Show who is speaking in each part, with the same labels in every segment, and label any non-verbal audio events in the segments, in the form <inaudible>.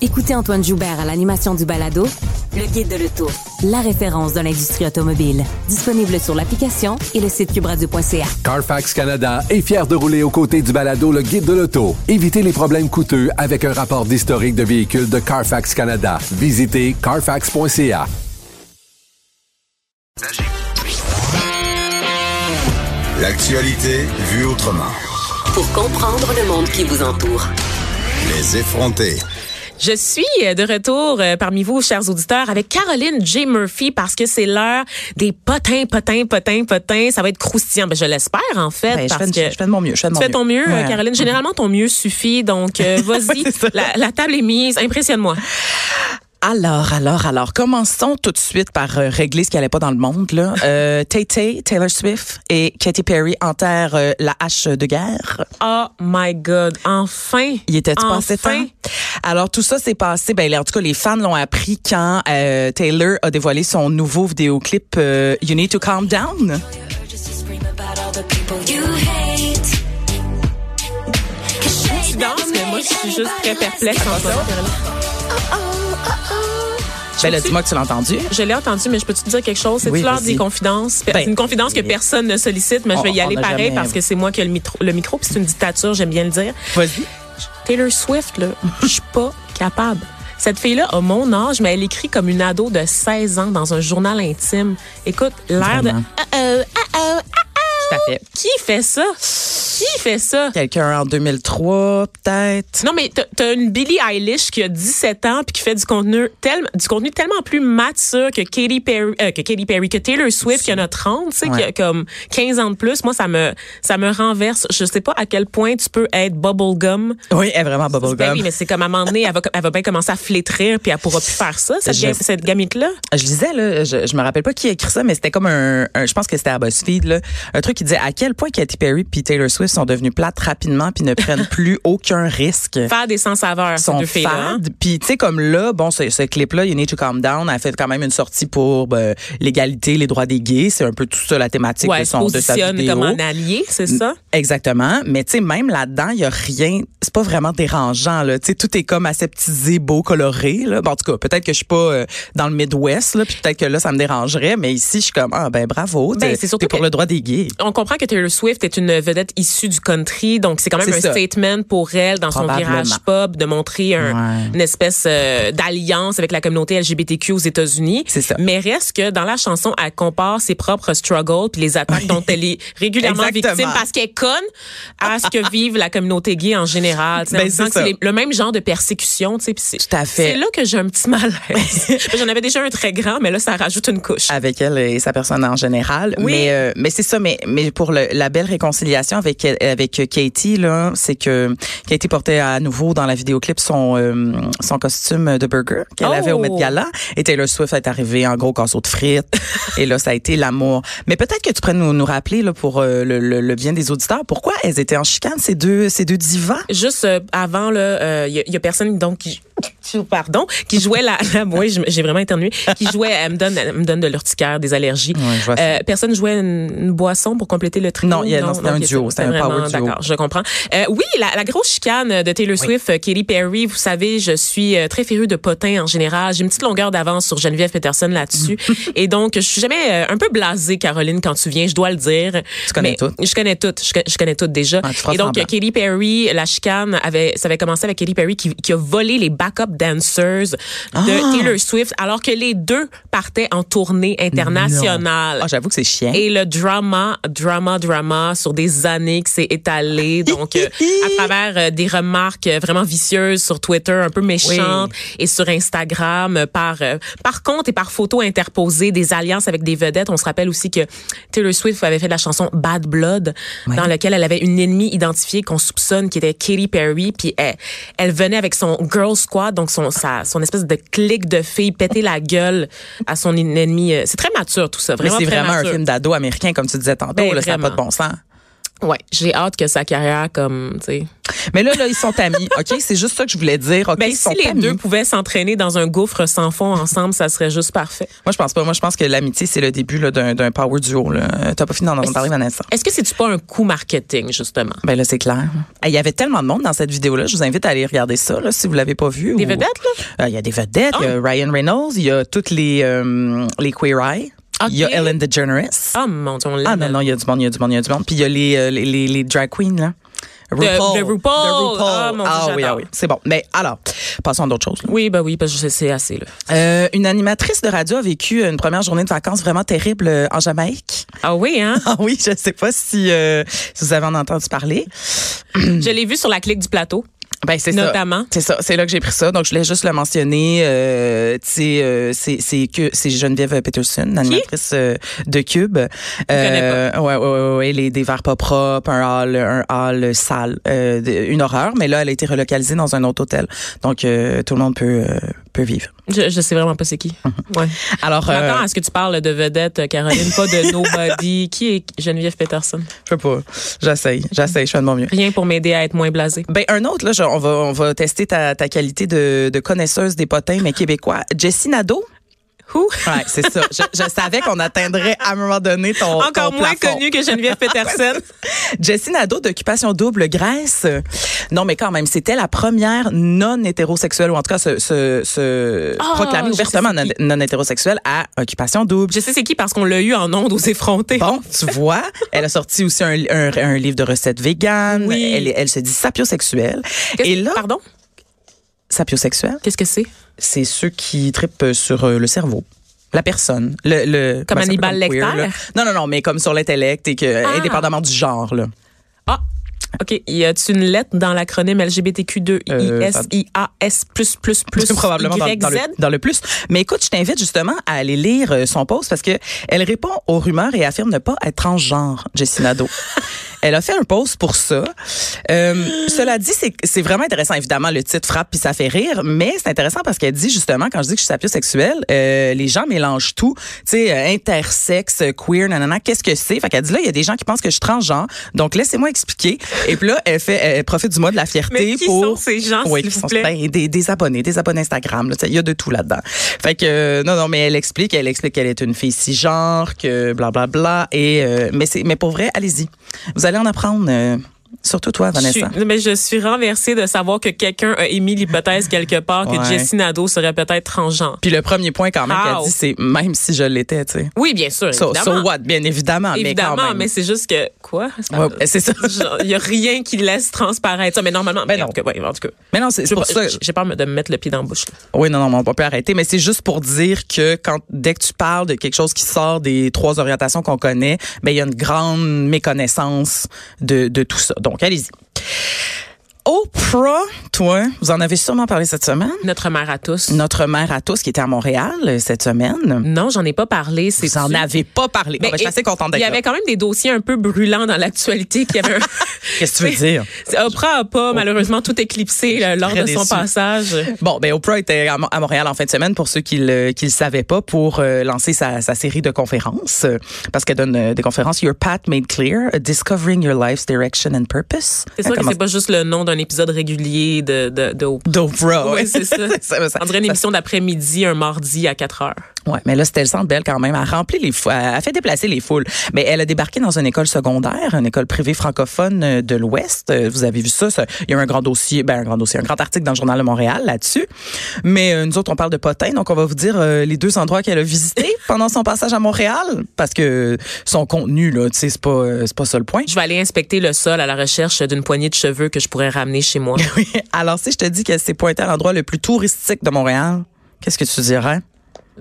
Speaker 1: Écoutez Antoine Joubert à l'animation du balado Le Guide de l'Auto, la référence dans l'industrie automobile. Disponible sur l'application et le site cubradio.ca.
Speaker 2: Carfax Canada est fier de rouler aux côtés du balado Le Guide de l'Auto. Évitez les problèmes coûteux avec un rapport d'historique de véhicules de Carfax Canada. Visitez carfax.ca.
Speaker 3: L'actualité vue autrement.
Speaker 4: Pour comprendre le monde qui vous entoure.
Speaker 3: Les effrontés.
Speaker 5: Je suis de retour euh, parmi vous, chers auditeurs, avec Caroline J. Murphy parce que c'est l'heure des potins, potins, potins, potins. Ça va être croustillant. Ben, je l'espère, en fait.
Speaker 6: Ben, je,
Speaker 5: parce
Speaker 6: fais,
Speaker 5: que
Speaker 6: je fais de mon mieux. Je fais de mon
Speaker 5: tu fais ton mieux, euh,
Speaker 6: Ouais.
Speaker 5: Caroline. Généralement, ton mieux suffit. Donc, euh, vas-y.
Speaker 6: <laughs> c'est ça.
Speaker 5: la, la table est mise. Impressionne-moi.
Speaker 6: Alors, alors, alors, commençons tout de suite par euh, régler ce qui n'allait pas dans le monde.
Speaker 5: <laughs>
Speaker 6: Là. Euh, Tay-Tay, Taylor Swift et Katy Perry enterrent euh, la hache de guerre.
Speaker 5: Oh my God. Enfin.
Speaker 6: Il était tu
Speaker 5: enfin.
Speaker 6: passé fin? Alors tout ça s'est passé. Ben en tout cas, les fans l'ont appris quand euh, Taylor a dévoilé son nouveau vidéoclip euh, You Need to Calm Down.
Speaker 5: Tu danses, mais moi, je suis juste très perplexe en ce moment.
Speaker 6: Ben là, dis-moi que tu l'as entendu.
Speaker 5: Je l'ai entendu, mais je peux te dire quelque chose? C'est
Speaker 6: Oui,
Speaker 5: l'heure
Speaker 6: vas-y.
Speaker 5: des confidences.
Speaker 6: Ben,
Speaker 5: c'est une confidence que personne ne sollicite, mais je vais
Speaker 6: on-
Speaker 5: y
Speaker 6: on
Speaker 5: aller
Speaker 6: n'a
Speaker 5: pareil
Speaker 6: jamais-
Speaker 5: parce que c'est moi qui ai le micro, le micro puis c'est une dictature, j'aime bien le dire.
Speaker 6: Vas-y.
Speaker 5: Taylor Swift,
Speaker 6: <laughs>
Speaker 5: là, je suis pas capable. Cette fille-là a mon âge, mais elle écrit comme une ado de 16 ans dans un journal intime. Écoute, l'air de...
Speaker 6: Vraiment.
Speaker 5: Uh-oh, uh-oh, uh-oh.
Speaker 6: Tout à fait.
Speaker 5: Qui fait ça? Qui fait ça?
Speaker 6: Quelqu'un en 2003, peut-être.
Speaker 5: Non, mais t'as- t'as une Billie Eilish qui a 17 ans puis qui fait du contenu, tel, du contenu tellement plus mature que Katy Perry, euh, que, Katy Perry que Taylor Swift qui en a 30, tu sais, qui a
Speaker 6: Ouais.
Speaker 5: comme 15 ans de plus. Moi, ça me, ça me renverse. Je sais pas à quel point tu peux être bubblegum.
Speaker 6: Oui, elle est vraiment
Speaker 5: Ben oui,
Speaker 6: bubblegum.
Speaker 5: mais c'est comme à un moment donné, elle va, elle va bien commencer à flétrir puis elle pourra plus faire ça, cette,
Speaker 6: Je-
Speaker 5: ga- cette gamite-là.
Speaker 6: Je lisais, là, je, je me rappelle pas qui a écrit ça, mais c'était comme un, un- je pense que c'était à BuzzFeed, là, un truc qui disait à quel point Katy Perry puis Taylor Swift sont devenues plates rapidement puis ne
Speaker 5: <laughs>
Speaker 6: prennent plus aucun risque.
Speaker 5: Faire des sans-saveurs, ces
Speaker 6: sont
Speaker 5: deux filles-là. hein.
Speaker 6: fades. Puis tu sais comme là, bon, ce, ce clip-là, You Need to Calm Down, a fait quand même une sortie pour ben, l'égalité, les droits des gays. C'est un peu tout ça la thématique
Speaker 5: Ouais,
Speaker 6: de
Speaker 5: elle se
Speaker 6: son de sa
Speaker 5: positionne
Speaker 6: vidéo.
Speaker 5: comme un allié, c'est ça?
Speaker 6: Exactement, mais tu sais même là-dedans, il y a rien, c'est pas vraiment dérangeant là, tu sais tout est comme aseptisé, beau, coloré là. Bon, en tout cas, peut-être que je suis pas euh, dans le Midwest là, puis peut-être que là ça me dérangerait, mais ici je suis comme ah ben bravo,
Speaker 5: Ben,
Speaker 6: t'es-
Speaker 5: c'est surtout
Speaker 6: t'es pour
Speaker 5: que-
Speaker 6: le droit des gays.
Speaker 5: on comprend que Taylor Swift est une vedette issue du country, donc c'est quand même
Speaker 6: C'est
Speaker 5: un
Speaker 6: ça.
Speaker 5: statement pour elle dans son
Speaker 6: Probablement.
Speaker 5: virage pop de montrer un-
Speaker 6: Ouais.
Speaker 5: une espèce euh, d'alliance avec la communauté LGBTQ aux États-Unis.
Speaker 6: C'est ça.
Speaker 5: Mais reste que dans la chanson, elle compare ses propres struggles puis les attaques dont elle est régulièrement
Speaker 6: <laughs> Exactement.
Speaker 5: victime parce qu'elle est conne à ce que vive la communauté gay en général. Tu sais, en
Speaker 6: Ben,
Speaker 5: disant
Speaker 6: c'est
Speaker 5: que c'est
Speaker 6: ça.
Speaker 5: les- le même genre de persécution. tu sais, puis c'est-
Speaker 6: Tout à fait.
Speaker 5: C'est là que j'ai un petit <laughs> malaise. J'en avais déjà un très grand, mais là, ça rajoute une couche.
Speaker 6: avec elle et sa personne en général.
Speaker 5: Oui.
Speaker 6: Mais euh, mais c'est ça. Mais mais pour le- la belle réconciliation avec elle- avec euh, Katie là, c'est que Katie portait à nouveau dans la vidéoclip son euh, son costume de burger qu'elle
Speaker 5: Oh.
Speaker 6: avait au Met Gala. Et Taylor Swift est arrivée en gros casseau de frites. <laughs> et là ça a été l'amour. Mais peut-être que tu pourrais nous, nous rappeler là pour euh, le, le- le bien des auditeurs pourquoi elles étaient en chicane ces deux ces deux divas.
Speaker 5: juste euh, avant là, il y, a- y a personne donc qui pardon qui jouait la, la moi je- j'ai vraiment éternué qui jouait elle me donne elle me donne de l'urticaire des allergies Euh,
Speaker 6: Ouais, je vois ça.
Speaker 5: personne jouait une, une boisson pour compléter le trio
Speaker 6: Non, il y a- non, c'était un
Speaker 5: ok,
Speaker 6: duo, c'était un
Speaker 5: vraiment-
Speaker 6: power duo.
Speaker 5: d'accord je comprends Euh, oui la, la grosse chicane de Taylor Swift euh, Katy Perry vous savez je suis euh, très férue de potins en général j'ai une petite longueur d'avance sur Geneviève Peterson
Speaker 6: <laughs>
Speaker 5: là-dessus et donc je suis jamais euh, un peu blasée Caroline quand tu viens je dois le dire
Speaker 6: Tu connais
Speaker 5: Mais
Speaker 6: toutes.
Speaker 5: je connais toutes je, co- je connais toutes déjà
Speaker 6: Ah, tu feras
Speaker 5: et donc
Speaker 6: semblant.
Speaker 5: Katy Perry, la chicane avait, ça avait commencé avec Katy Perry qui, qui a volé les backup dancers de Taylor Swift alors que les deux partaient en tournée internationale.
Speaker 6: Ah j'avoue que c'est chiant.
Speaker 5: Et le drama, drama, drama sur des années qui s'est étalé,
Speaker 6: Ah,
Speaker 5: donc euh, à travers euh, des remarques euh, vraiment vicieuses sur Twitter, un peu méchantes, et sur Instagram euh, par euh, par compte et par photos interposées, des alliances avec des vedettes. On se rappelle aussi que Taylor Swift avait fait de la chanson Bad Blood, dans laquelle elle avait une ennemie identifiée qu'on soupçonne qui était Katy Perry, puis elle, elle venait avec son girl squad, donc son sa, son espèce de clique de filles péter la gueule à son ennemi. C'est très mature tout ça,
Speaker 6: mais
Speaker 5: vraiment
Speaker 6: c'est
Speaker 5: très
Speaker 6: vraiment un
Speaker 5: mature.
Speaker 6: film d'ado américain, comme tu disais tantôt.
Speaker 5: Ben,
Speaker 6: là, ça n'a pas
Speaker 5: vraiment.
Speaker 6: de bon sens.
Speaker 5: Ouais, j'ai hâte que sa carrière comme, tu sais.
Speaker 6: Mais là, là, ils sont amis, <laughs> OK? C'est juste ça que je voulais dire. OK,
Speaker 5: Ben,
Speaker 6: ils
Speaker 5: si
Speaker 6: sont
Speaker 5: les
Speaker 6: amis.
Speaker 5: deux pouvaient s'entraîner dans un gouffre sans fond ensemble, ça serait juste parfait.
Speaker 6: Moi, je pense pas. Moi, je pense que l'amitié, c'est le début là, d'un d'un power duo. là. Euh, T'as pas fini d'en en parler, Vanessa.
Speaker 5: Est-ce que c'est-tu pas un coup marketing, justement?
Speaker 6: Ben là, c'est clair. Hey, Il y avait tellement de monde dans cette vidéo-là. Je vous invite à aller regarder ça, là, si vous l'avez pas vu.
Speaker 5: Des vedettes, là? Ah.
Speaker 6: Euh, Il y a des vedettes. Il y a Ryan Reynolds. Il y a toutes les, euh, les Queer Eye.
Speaker 5: Ok.
Speaker 6: Il y a Ellen DeGeneres.
Speaker 5: Ah, mon Dieu, on
Speaker 6: Ah non, non, il y a du monde, il y a du monde, il y a du monde. Puis il y a les, euh, les, les, les drag queens, là.
Speaker 5: de RuPaul. Ah, mon Dieu,
Speaker 6: Ah oui,
Speaker 5: j'adore.
Speaker 6: ah oui. C'est bon. Mais alors, passons à d'autres choses. là.
Speaker 5: Oui, ben oui, parce que je sais, c'est assez, là.
Speaker 6: Euh, une animatrice de radio a vécu une première journée de vacances vraiment terrible euh, en Jamaïque. <laughs>
Speaker 5: Ah oui, hein?
Speaker 6: Ah oui, je ne sais pas si, euh, si vous avez en entendu parler. Mm.
Speaker 5: je l'ai vu sur la clique du plateau.
Speaker 6: Ben, c'est
Speaker 5: Notamment.
Speaker 6: Ça. C'est ça. C'est là que j'ai pris ça. Donc, je voulais juste le mentionner. Euh, tu sais, euh, c'est, c'est que, c'est Geneviève Peterson, animatrice euh, de Cube. Euh,
Speaker 5: connais
Speaker 6: ouais, ouais, ouais, ouais. Les, des verres pas propres, un hall, un hall sale. Euh, de- une horreur. Mais là, elle a été relocalisée dans un autre hôtel. Donc, euh, tout le monde peut, euh, peut vivre.
Speaker 5: Je, je sais vraiment pas c'est qui. Ouais.
Speaker 6: Alors, euh,
Speaker 5: J'attends à ce que tu parles de vedette, euh, Caroline, pas
Speaker 6: <laughs>
Speaker 5: de nobody. Qui est Geneviève Peterson?
Speaker 6: je sais pas. J'essaye. J'essaye. Je fais de mon mieux.
Speaker 5: Rien pour m'aider à être moins blasée.
Speaker 6: Ben un autre là, genre, on va on va tester ta, ta qualité de, de connaisseuse des potins mais québécois. Jessie Nadeau.
Speaker 5: Who?
Speaker 6: Ouais, c'est ça. Je, je savais qu'on atteindrait à un moment donné ton
Speaker 5: Encore
Speaker 6: ton
Speaker 5: moins
Speaker 6: plafond.
Speaker 5: connue que
Speaker 6: <laughs>
Speaker 5: Geneviève Peterson.
Speaker 6: Jessie Nadeau d'Occupation Double Grèce. Non, mais quand même, c'était la première non-hétérosexuelle, ou en tout cas se, se, se
Speaker 5: Ah,
Speaker 6: proclamer
Speaker 5: je
Speaker 6: ouvertement
Speaker 5: sais
Speaker 6: non- non-hétérosexuelle à Occupation Double.
Speaker 5: je sais c'est qui parce qu'on l'a eu en ondes aux effrontés.
Speaker 6: Bon, tu vois, elle a sorti aussi un, un- un livre de recettes véganes.
Speaker 5: Oui.
Speaker 6: Elle, elle se dit sapiosexuelle.
Speaker 5: Qu'est-ce-
Speaker 6: Et là,
Speaker 5: Pardon?
Speaker 6: sapiosexuelle,
Speaker 5: Qu'est-ce que c'est?
Speaker 6: c'est ceux qui tripent sur euh, le cerveau. La personne, le,
Speaker 5: Comme
Speaker 6: le comment ça s'appelle,
Speaker 5: Hannibal
Speaker 6: comme queer,
Speaker 5: Lecter?
Speaker 6: là. non non non, mais comme sur l'intellect et que
Speaker 5: Ah.
Speaker 6: indépendamment du genre là.
Speaker 5: Ah! OK. Y a-tu une lettre dans l'acronyme
Speaker 6: Euh,
Speaker 5: LGBTQ2ISIAS plus
Speaker 6: <laughs>
Speaker 5: plus plus
Speaker 6: probablement dans, dans le, dans le plus. Mais écoute, je t'invite justement à aller lire euh, son post parce que elle répond aux rumeurs et affirme ne pas être transgenre,
Speaker 5: <laughs>
Speaker 6: Jessie Nadeau. Elle a fait un post pour ça. Euh, cela dit, c'est- c'est vraiment intéressant. Évidemment, le titre frappe puis ça fait rire, mais c'est intéressant parce qu'elle dit justement, quand je dis que je suis sapiosexuelle, euh, les gens mélangent tout. Tu sais, euh, intersexe, euh, queer, nanana, qu'est-ce que c'est? Fait qu'elle dit là, il y a des gens qui pensent que je suis transgenre, donc laissez-moi expliquer. Et puis là, elle, fait, elle profite du mot de la fierté
Speaker 5: Mais qui
Speaker 6: pour...
Speaker 5: sont ces gens,
Speaker 6: Oui,
Speaker 5: s'il
Speaker 6: qui
Speaker 5: vous
Speaker 6: sont-
Speaker 5: plaît?
Speaker 6: ben, et des, des abonnés, des abonnés Instagram. là, tu sais, Il y a de tout là-dedans. Fait que euh, non, non, mais elle explique, elle explique qu'elle est une fille cisgenre, que blablabla. Bla, bla, et euh, mais c'est, mais pour vrai, allez-y. Vous allez en apprendre. euh, surtout toi,
Speaker 5: Je suis-
Speaker 6: Vanessa.
Speaker 5: non, mais je suis renversée de savoir que quelqu'un a émis l'hypothèse quelque part que
Speaker 6: Ouais.
Speaker 5: Jessie Nadeau serait peut-être transgenre.
Speaker 6: Puis le premier point quand même
Speaker 5: How?
Speaker 6: qu'elle dit, c'est même si je l'étais, tu sais.
Speaker 5: Oui, bien sûr,
Speaker 6: So,
Speaker 5: évidemment.
Speaker 6: so what, bien évidemment,
Speaker 5: évidemment,
Speaker 6: mais quand même.
Speaker 5: mais c'est juste que quoi Ça-
Speaker 6: Ouais, c'est ça.
Speaker 5: <laughs> Genre, Il y a rien qui laisse transparaître ça, mais normalement.
Speaker 6: Ben
Speaker 5: mais en
Speaker 6: non.
Speaker 5: tout cas, ouais, en tout cas.
Speaker 6: Mais non, c'est, c'est
Speaker 5: J'ai
Speaker 6: pour ça.
Speaker 5: pas- J'ai peur de me mettre le pied dans la bouche. là.
Speaker 6: Oui, non, non, mais on peut arrêter, mais c'est juste pour dire que quand dès que tu parles de quelque chose qui sort des trois orientations qu'on connaît, ben il y a une grande méconnaissance de, de tout ça. Donc allez-y. Oprah, toi, vous en avez sûrement parlé cette semaine.
Speaker 5: Notre mère à tous.
Speaker 6: Notre mère à tous qui était à Montréal euh, cette semaine.
Speaker 5: Non, j'en ai pas parlé. C'est
Speaker 6: Vous en avez pas parlé. Bon, ben, je suis assez contente
Speaker 5: Il y
Speaker 6: d'être là.
Speaker 5: avait quand même des dossiers un peu brûlants dans l'actualité qui avaient. un-
Speaker 6: <laughs>
Speaker 5: <laughs>
Speaker 6: Qu'est-ce que tu veux dire?
Speaker 5: C'est- Oprah a pas malheureusement tout éclipsé là, lors
Speaker 6: très
Speaker 5: de son
Speaker 6: déçue. <laughs>
Speaker 5: passage.
Speaker 6: Bon, ben Oprah était à Mo- à Montréal en fin de semaine pour ceux qui le, qui le savaient pas pour euh, lancer sa, sa série de conférences euh, parce qu'elle donne euh, des conférences Your Path Made Clear, euh, Discovering Your Life's Direction and Purpose. Euh,
Speaker 5: C'est sûr que c'est pas juste le nom d'un épisode régulier de, de, de Oprah.
Speaker 6: d'Oprah.
Speaker 5: Oui, c'est ça.
Speaker 6: <laughs> ça, ça-
Speaker 5: On dirait une
Speaker 6: ça-
Speaker 5: émission d'après-midi, un mardi à 4 heures.
Speaker 6: Ouais, mais là c'était le centre belle quand même, elle a rempli les fou- elle a fait déplacer les foules. Mais elle a débarqué dans une école secondaire, une école privée francophone euh, de l'Ouest. Euh, Vous avez vu ça, ça- il y a eu un grand dossier, ben un grand dossier, un grand article dans le journal de Montréal là-dessus. Mais euh, nous autres on parle de Potin, donc on va vous dire euh, les deux endroits qu'elle
Speaker 5: <laughs>
Speaker 6: a visités pendant son passage à Montréal parce que son contenu là, tu sais c'est pas euh, c'est pas ça le point. <laughs>
Speaker 5: Je vais aller inspecter le sol à la recherche d'une poignée de cheveux que je pourrais ramener chez moi.
Speaker 6: <laughs> Oui, alors si je te dis qu'elle s'est pointée à l'endroit le plus touristique de Montréal, qu'est-ce que tu dirais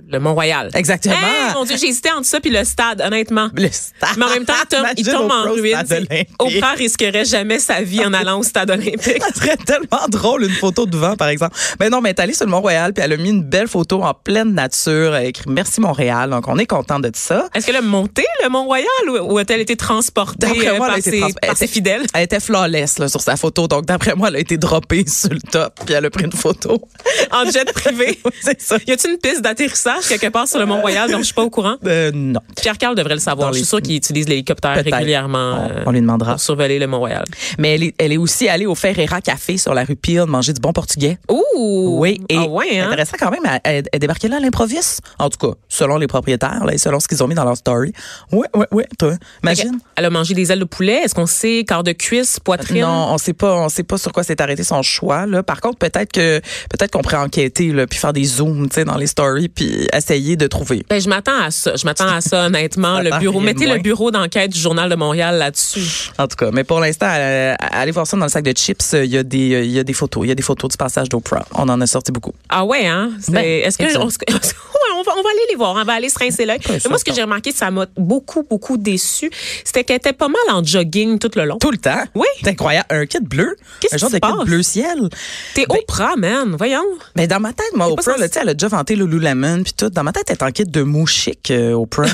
Speaker 5: Le Mont-Royal.
Speaker 6: Exactement.
Speaker 5: Hey, mon Dieu, j'ai hésité entre ça puis le stade, honnêtement.
Speaker 6: Le stade.
Speaker 5: Mais en même temps, Tom, il
Speaker 6: Imagine
Speaker 5: tombe en
Speaker 6: Oprah au
Speaker 5: ruine.
Speaker 6: stade olympique.
Speaker 5: Oprah risquerait jamais sa vie en allant au stade
Speaker 6: <laughs>
Speaker 5: olympique.
Speaker 6: Ça serait tellement drôle une photo de vent, par exemple. Mais non, mais elle est allée sur le Mont-Royal, puis elle a mis une belle photo en pleine nature. Elle a écrit Merci Montréal. Donc, on est content de ça.
Speaker 5: Est-ce qu'elle a monté le Mont-Royal ou, ou a-t-elle été transportée
Speaker 6: D'après
Speaker 5: euh,
Speaker 6: moi,
Speaker 5: par,
Speaker 6: elle a été
Speaker 5: ses,
Speaker 6: trans-
Speaker 5: par ses fidèles?
Speaker 6: Elle était flawless là, sur sa photo. Donc, d'après moi, elle a été <laughs> droppée sur le top, puis elle a pris une photo.
Speaker 5: en jet privé.
Speaker 6: <laughs> Oui, c'est ça.
Speaker 5: Y a-t-il une piste d'atterrissage sache quelque part sur le Mont-Royal, donc je suis pas au courant.
Speaker 6: Euh, non.
Speaker 5: Pierre-Carl devrait le savoir.
Speaker 6: Dans
Speaker 5: Je suis
Speaker 6: les-
Speaker 5: sûre qu'il utilise l'hélicoptère
Speaker 6: Peut-être.
Speaker 5: régulièrement.
Speaker 6: On-
Speaker 5: euh,
Speaker 6: on lui demandera.
Speaker 5: Pour survoler le Mont-Royal.
Speaker 6: Mais elle est, elle est aussi allée au Ferreira Café sur la rue Peel manger du bon portugais.
Speaker 5: Ouh!
Speaker 6: Oui, et
Speaker 5: Ah ouais, hein?
Speaker 6: intéressant quand même, elle- elle, elle débarquait là à l'improviste. En tout cas, selon les propriétaires, là, et selon ce qu'ils ont mis dans leur story. Ouais, ouais, ouais, toi. Imagine.
Speaker 5: Elle a mangé des ailes de poulet. Est-ce qu'on sait corps de cuisse, poitrine?
Speaker 6: Non, on sait pas, on sait pas sur quoi s'est arrêté son choix. Là. Par contre, peut-être que peut-être qu'on pourrait enquêter, là, puis faire des zooms, tu sais, dans les stories, puis essayer de trouver.
Speaker 5: Ben, je m'attends à ça. Je m'attends à ça,
Speaker 6: <laughs>
Speaker 5: honnêtement.
Speaker 6: Ça
Speaker 5: le
Speaker 6: part
Speaker 5: bureau,
Speaker 6: rien de
Speaker 5: mettez le
Speaker 6: moins.
Speaker 5: bureau d'enquête du Journal de Montréal là-dessus.
Speaker 6: En tout cas, mais pour l'instant, euh, allez voir ça dans le sac de chips. euh, Il y a des, euh, il y a des photos, il y a des photos du passage d'Oprah. On en a sorti beaucoup.
Speaker 5: Ah ouais, hein? C'est-
Speaker 6: Ben,
Speaker 5: Est-ce que...
Speaker 6: exact.
Speaker 5: on se- <laughs> Ouais, on, va, on va aller les voir. On va aller se rincer l'œil.
Speaker 6: Ouais,
Speaker 5: Mais Moi, ce que
Speaker 6: certain.
Speaker 5: j'ai remarqué, ça m'a beaucoup, beaucoup déçu, c'était qu'elle était pas mal en jogging tout le long.
Speaker 6: Tout le temps.
Speaker 5: Oui.
Speaker 6: C'est incroyable. Un kit bleu.
Speaker 5: Qu'est-ce
Speaker 6: Un genre
Speaker 5: qui
Speaker 6: de
Speaker 5: se passe?
Speaker 6: kit bleu ciel.
Speaker 5: T'es
Speaker 6: ben
Speaker 5: Oprah, man. Voyons.
Speaker 6: Mais dans ma tête, moi,
Speaker 5: pas
Speaker 6: Oprah,
Speaker 5: sens-
Speaker 6: là, tu sais, elle a déjà vanté Lululemon puis tout. Dans ma tête, elle est en kit de mou chic, euh,
Speaker 5: <laughs>
Speaker 6: Oprah.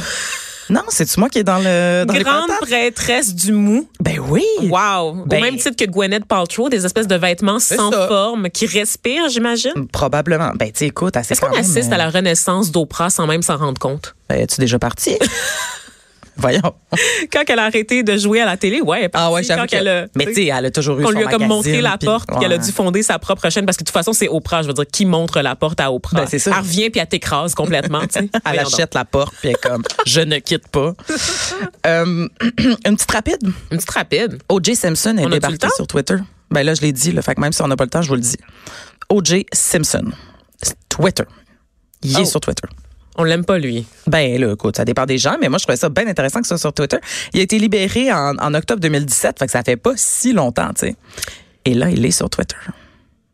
Speaker 6: non, c'est-tu moi qui est dans le. Dans les
Speaker 5: Grande
Speaker 6: pantalons?
Speaker 5: prêtresse du mou.
Speaker 6: Ben oui.
Speaker 5: Wow. Au
Speaker 6: Ben-
Speaker 5: même titre que Gwyneth Paltrow, des espèces de vêtements sans
Speaker 6: ça.
Speaker 5: forme qui respirent, j'imagine.
Speaker 6: Probablement. Ben, tu sais, écoute, elle s'est
Speaker 5: Est-ce qu'on
Speaker 6: quand même,
Speaker 5: assiste à
Speaker 6: euh,
Speaker 5: la renaissance d'Oprah sans même s'en rendre compte?
Speaker 6: Ben, es-tu
Speaker 5: <laughs>
Speaker 6: déjà parti? Voyons.
Speaker 5: Quand elle a arrêté de jouer à la télé, ouais. elle est
Speaker 6: Ah ouais,
Speaker 5: partie.
Speaker 6: j'avoue
Speaker 5: Quand elle
Speaker 6: que...
Speaker 5: a-
Speaker 6: Mais tu sais, elle a toujours eu
Speaker 5: qu'on
Speaker 6: son
Speaker 5: lui a comme
Speaker 6: magazine,
Speaker 5: montré la
Speaker 6: puis-
Speaker 5: porte, qu'elle a
Speaker 6: ouais.
Speaker 5: dû fonder sa propre chaîne parce que de toute façon c'est Oprah, je veux dire qui montre la porte à Oprah.
Speaker 6: Ben, c'est ça.
Speaker 5: Elle revient puis elle t'écrase complètement, tu sais.
Speaker 6: <laughs> Elle
Speaker 5: Voyons donc.
Speaker 6: achète la porte, puis elle est
Speaker 5: <laughs>
Speaker 6: comme, je ne quitte pas. Euh, une petite rapide.
Speaker 5: une petite rapide.
Speaker 6: O.J. Simpson est
Speaker 5: On a-tu le
Speaker 6: débarqué
Speaker 5: temps?
Speaker 6: sur Twitter. Ben là, je l'ai dit, le fait que même si on n'a pas le temps, je vous le dis. O.J. Simpson. C'est Twitter. Il
Speaker 5: Oh.
Speaker 6: est sur Twitter.
Speaker 5: On l'aime pas lui.
Speaker 6: Ben là, écoute, ça dépend des gens, mais moi, je trouvais ça bien intéressant que ce soit sur Twitter. Il a été libéré en, en octobre 2017, fait que ça fait pas si longtemps, tu sais. Et là, il est sur Twitter.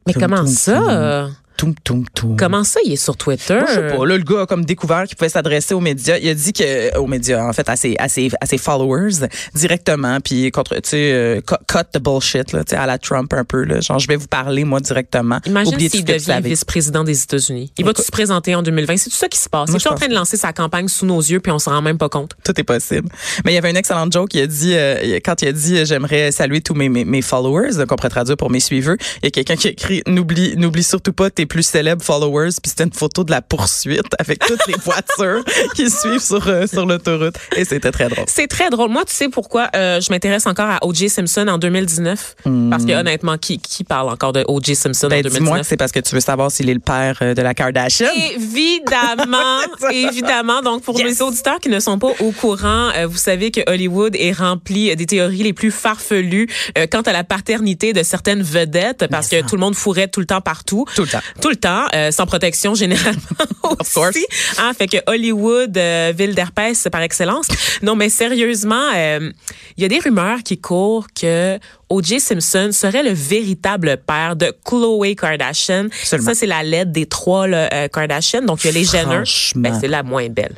Speaker 5: Mais
Speaker 6: Toum,
Speaker 5: comment
Speaker 6: toum,
Speaker 5: ça euh,
Speaker 6: Toum, toum, toum.
Speaker 5: Comment ça il est sur Twitter
Speaker 6: Moi, je sais pas. Là, le gars a comme découvert qu'il pouvait s'adresser aux médias. Il a dit que euh, aux médias, en fait, à ses, à ses, à ses followers directement, puis contre, tu sais, euh, cut, cut the bullshit là, tu sais, à la Trump un peu là. Genre, je vais vous parler moi directement.
Speaker 5: Imagine
Speaker 6: Oubliez tout
Speaker 5: s'il
Speaker 6: ce que vous
Speaker 5: devient
Speaker 6: savez.
Speaker 5: vice-président des États-Unis. Il va-tu se présenter en 2020? C'est tout ça qui se passe. Il est
Speaker 6: Moi, je
Speaker 5: en
Speaker 6: pense
Speaker 5: train de lancer sa campagne sous nos yeux puis on s'en rend même pas compte.
Speaker 6: Tout est possible. Mais il y avait une excellente joke. Il a dit, euh, il- quand il a dit, euh, j'aimerais saluer tous mes, mes, mes followers, donc on pourrait traduire pour mes suiveurs. Il y a quelqu'un qui a écrit, n'oublie, n'oublie surtout pas tes plus célèbres followers. Puis c'était une photo de la poursuite avec toutes les voitures <laughs> qui suivent sur, euh, sur l'autoroute. Et c'était très drôle.
Speaker 5: C'est très drôle. Moi, tu sais pourquoi euh, je m'intéresse encore à O.J. Simpson en 2019? Parce que honnêtement, qui, qui parle encore de O.J. Simpson en
Speaker 6: Hmm. Ben,
Speaker 5: 2019?
Speaker 6: dis-moi que c'est parce que tu veux savoir s'il est le père euh, de la Kardashian. <laughs>
Speaker 5: Évidemment, évidemment. Donc, pour
Speaker 6: Yes.
Speaker 5: les auditeurs qui ne sont pas au courant, euh, vous savez que Hollywood est rempli euh, des théories les plus farfelues euh, quant à la paternité de certaines vedettes, parce que tout le monde fourrait tout le temps partout.
Speaker 6: Tout le temps.
Speaker 5: Tout le temps, euh, sans protection généralement
Speaker 6: Of course.
Speaker 5: aussi. Hein, fait que Hollywood, euh, ville d'herpès par excellence. Non, mais sérieusement, euh, il y a des rumeurs qui courent que O.J. Simpson serait le véritable père de Khloé Kardashian.
Speaker 6: Absolument.
Speaker 5: Ça, c'est la lettre des trois là, euh, Kardashian. Donc, il y a les Jenner.
Speaker 6: Franchement.
Speaker 5: Ben, c'est la moins belle.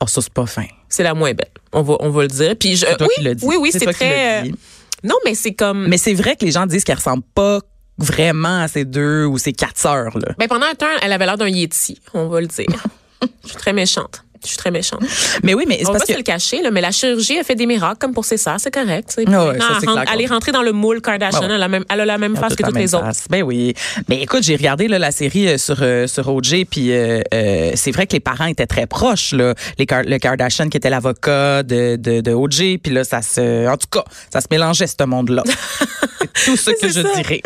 Speaker 6: Oh, ça, c'est pas fin.
Speaker 5: C'est la moins belle. On va, on va le dire. Puis je,
Speaker 6: toi
Speaker 5: oui,
Speaker 6: qui l'as dit.
Speaker 5: oui, oui,
Speaker 6: C'est
Speaker 5: c'est
Speaker 6: toi qui
Speaker 5: très.
Speaker 6: l'as dit.
Speaker 5: euh, Non, mais c'est comme.
Speaker 6: Mais c'est vrai que les gens disent qu'elle ressemble pas vraiment à ses deux ou ses quatre sœurs, là.
Speaker 5: Ben, pendant un temps, elle avait l'air d'un Yeti. On va le
Speaker 6: <laughs>
Speaker 5: dire. je suis très méchante. Je suis très méchante.
Speaker 6: Mais oui, mais c'est
Speaker 5: On va
Speaker 6: parce
Speaker 5: pas
Speaker 6: que.
Speaker 5: se le cacher, là, mais la chirurgie a fait des miracles, comme pour ses sœurs, c'est correct. tu sais.
Speaker 6: Ah ouais,
Speaker 5: Maintenant,
Speaker 6: ça, c'est
Speaker 5: elle, rentre-
Speaker 6: clair qu'on-
Speaker 5: elle est rentrée dans le moule Kardashian,
Speaker 6: Ah ouais.
Speaker 5: elle, a même- elle a la même face que
Speaker 6: la
Speaker 5: toutes
Speaker 6: même
Speaker 5: les autres.
Speaker 6: face. Ben oui. Mais écoute, j'ai regardé là, la série euh, sur euh, sur OJ, puis euh, euh, c'est vrai que les parents étaient très proches. Là. Les Kar- le Kardashian qui était l'avocat de, de, de OJ, puis là ça se, en tout cas, ça se mélangeait ce
Speaker 5: <laughs>
Speaker 6: monde-là. c'est tout ce que
Speaker 5: C'est
Speaker 6: je
Speaker 5: ça.
Speaker 6: dirais.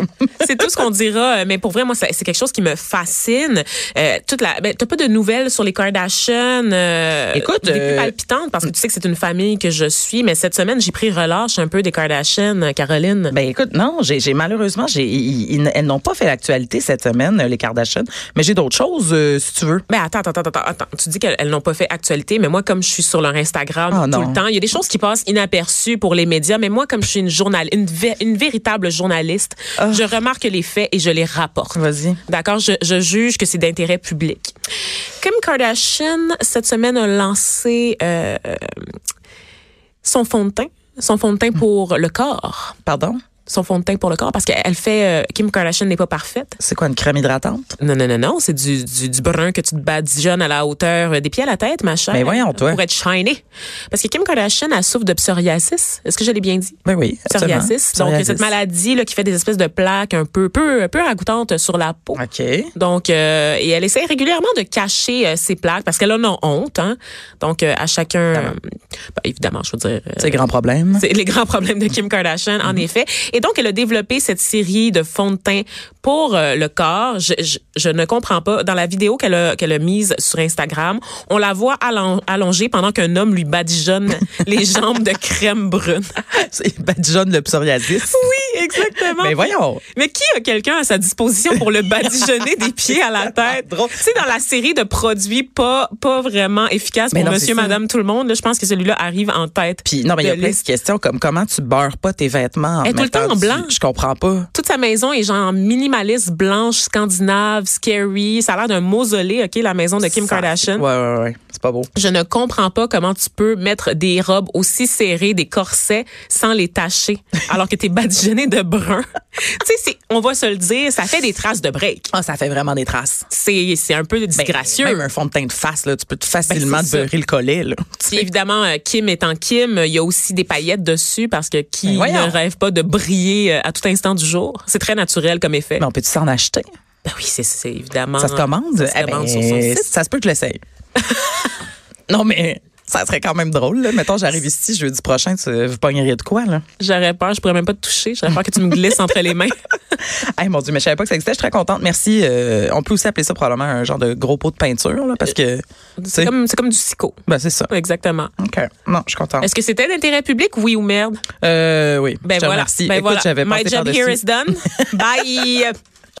Speaker 5: c'est tout ce qu'on dira, euh, mais pour vrai, moi, ça- c'est quelque chose qui me fascine. Euh, toute la, ben, t'as pas de nouvelles sur les Kardashian. euh,
Speaker 6: Écoute,
Speaker 5: des plus
Speaker 6: euh,
Speaker 5: palpitantes parce que tu sais que c'est une famille que je suis, mais cette semaine, j'ai pris relâche un peu des Kardashian, euh, Caroline.
Speaker 6: Ben écoute, non, j'ai j'ai- malheureusement, j'ai ils- ils- elles n'ont pas fait l'actualité cette semaine, euh, les Kardashian, mais j'ai d'autres choses, euh, si tu veux.
Speaker 5: Ben attends, attends, attends, attends. Tu dis qu'elles elles n'ont pas fait actualité, mais moi, comme je suis sur leur Instagram
Speaker 6: Ah,
Speaker 5: tout
Speaker 6: non.
Speaker 5: le temps, il y a des choses qui passent inaperçues pour les médias, mais moi, comme je suis une journaliste, une, vé- une véritable journaliste, je remarque les faits et je les rapporte.
Speaker 6: Ah. Vas-y.
Speaker 5: D'accord, je, je juge que c'est d'intérêt public. Kim Kardashian, cette semaine, a lancé euh, euh, son fond de teint, son fond de teint pour le corps.
Speaker 6: Pardon?
Speaker 5: son fond de teint pour le corps parce qu'elle fait euh, Kim Kardashian n'est pas parfaite.
Speaker 6: C'est quoi, une crème hydratante?
Speaker 5: Non, non, non, non. C'est du, du, du brun que tu te badigeonnes à la hauteur euh, des pieds à la tête, machin.
Speaker 6: Mais Ben voyons, toi.
Speaker 5: Pour être shinée. Parce que Kim Kardashian, elle souffre de psoriasis. Est-ce que je l'ai bien dit?
Speaker 6: Ben oui, absolument.
Speaker 5: Psoriasis. Donc,
Speaker 6: Psoriasis.
Speaker 5: cette maladie là, qui fait des espèces de plaques un peu, peu, peu ragoûtantes sur la peau.
Speaker 6: OK.
Speaker 5: Donc, euh, et elle essaie régulièrement de cacher euh, ses plaques parce qu'elle en a honte. Hein. Donc, euh, à chacun, euh, ben, évidemment, je veux dire, euh,
Speaker 6: C'est grand problème.
Speaker 5: c'est les grands problèmes de Kim Kardashian,
Speaker 6: Mm-hmm.
Speaker 5: en effet. Et donc, elle a développé cette série de fonds de teint pour euh, le corps. Je, je, je ne comprends pas. Dans la vidéo qu'elle a, qu'elle a mise sur Instagram, on la voit allon- allongée pendant qu'un homme lui
Speaker 6: <laughs>
Speaker 5: badigeonne les jambes de crème brune. <laughs>
Speaker 6: C'est badigeonne le psoriasis.
Speaker 5: oui, exactement.
Speaker 6: Mais voyons.
Speaker 5: Mais qui a quelqu'un à sa disposition pour le badigeonner des pieds
Speaker 6: <laughs>
Speaker 5: à la tête?
Speaker 6: Drôle.
Speaker 5: Tu sais, dans la série de produits pas, pas vraiment efficaces
Speaker 6: Mais
Speaker 5: pour
Speaker 6: non, c'est
Speaker 5: monsieur,
Speaker 6: ça.
Speaker 5: madame, tout le monde, là, je pense que celui-là arrive en tête.
Speaker 6: Puis non, mais il y a
Speaker 5: de
Speaker 6: plein de
Speaker 5: liste.
Speaker 6: questions comme comment tu beurres pas tes vêtements. en
Speaker 5: Elle est tout le
Speaker 6: mettant
Speaker 5: temps en
Speaker 6: du-
Speaker 5: blanc.
Speaker 6: Je comprends pas.
Speaker 5: Toute sa maison est genre minimaliste, blanche, scandinave, scary. Ça a l'air d'un mausolée, OK, la maison de Kim
Speaker 6: Ça-
Speaker 5: Kardashian.
Speaker 6: Ouais, ouais, ouais. C'est pas beau.
Speaker 5: Je ne comprends pas comment tu peux mettre des robes aussi serrées, des corsets, sans les tacher,
Speaker 6: <laughs>
Speaker 5: alors que t'es badigeonné de brun. <laughs> tu sais, c'est- on va se le dire, ça fait des traces de break.
Speaker 6: Ah, ça fait vraiment des traces.
Speaker 5: C'est c'est un peu
Speaker 6: Ben,
Speaker 5: disgracieux.
Speaker 6: Même un fond de teint de face, là, tu peux
Speaker 5: Ben,
Speaker 6: facilement te
Speaker 5: c'est ça.
Speaker 6: beurrer le collet. Là.
Speaker 5: Puis évidemment, euh, Kim étant Kim, euh, il y a aussi des paillettes dessus parce que qui
Speaker 6: Ben voyons.
Speaker 5: ne rêve pas de briller euh, à tout instant du jour? C'est très naturel comme effet.
Speaker 6: Mais on peut-tu s'en acheter?
Speaker 5: Ben oui, c'est- c'est évidemment.
Speaker 6: Ça se commande?
Speaker 5: Ah, Ça se
Speaker 6: Eh
Speaker 5: commande
Speaker 6: ben,
Speaker 5: sur son site.
Speaker 6: Ça se peut que
Speaker 5: <laughs>
Speaker 6: je l'essaye. non, mais ça serait quand même drôle. Là. Mettons, j'arrive ici jeudi prochain, tu, vous pogneriez de quoi? là?
Speaker 5: J'aurais peur, je pourrais même pas te toucher. J'aurais peur que tu me glisses entre les mains.
Speaker 6: <laughs> Hey, mon Dieu, mais je savais pas que ça existait. Je suis très contente. Merci. Euh, on peut aussi appeler ça probablement un genre de gros pot de peinture, là, parce que.
Speaker 5: Euh, C'est comme, c'est comme du psycho.
Speaker 6: Ben, c'est ça.
Speaker 5: Exactement.
Speaker 6: OK. Non, je suis contente.
Speaker 5: Est-ce que c'était d'intérêt public, oui ou merde?
Speaker 6: Euh, oui.
Speaker 5: Ben
Speaker 6: je te
Speaker 5: voilà.
Speaker 6: remercie.
Speaker 5: Ben
Speaker 6: Écoute,
Speaker 5: voilà.
Speaker 6: j'avais
Speaker 5: My
Speaker 6: passé
Speaker 5: job
Speaker 6: <laughs> par-dessus.
Speaker 5: here is done. Bye.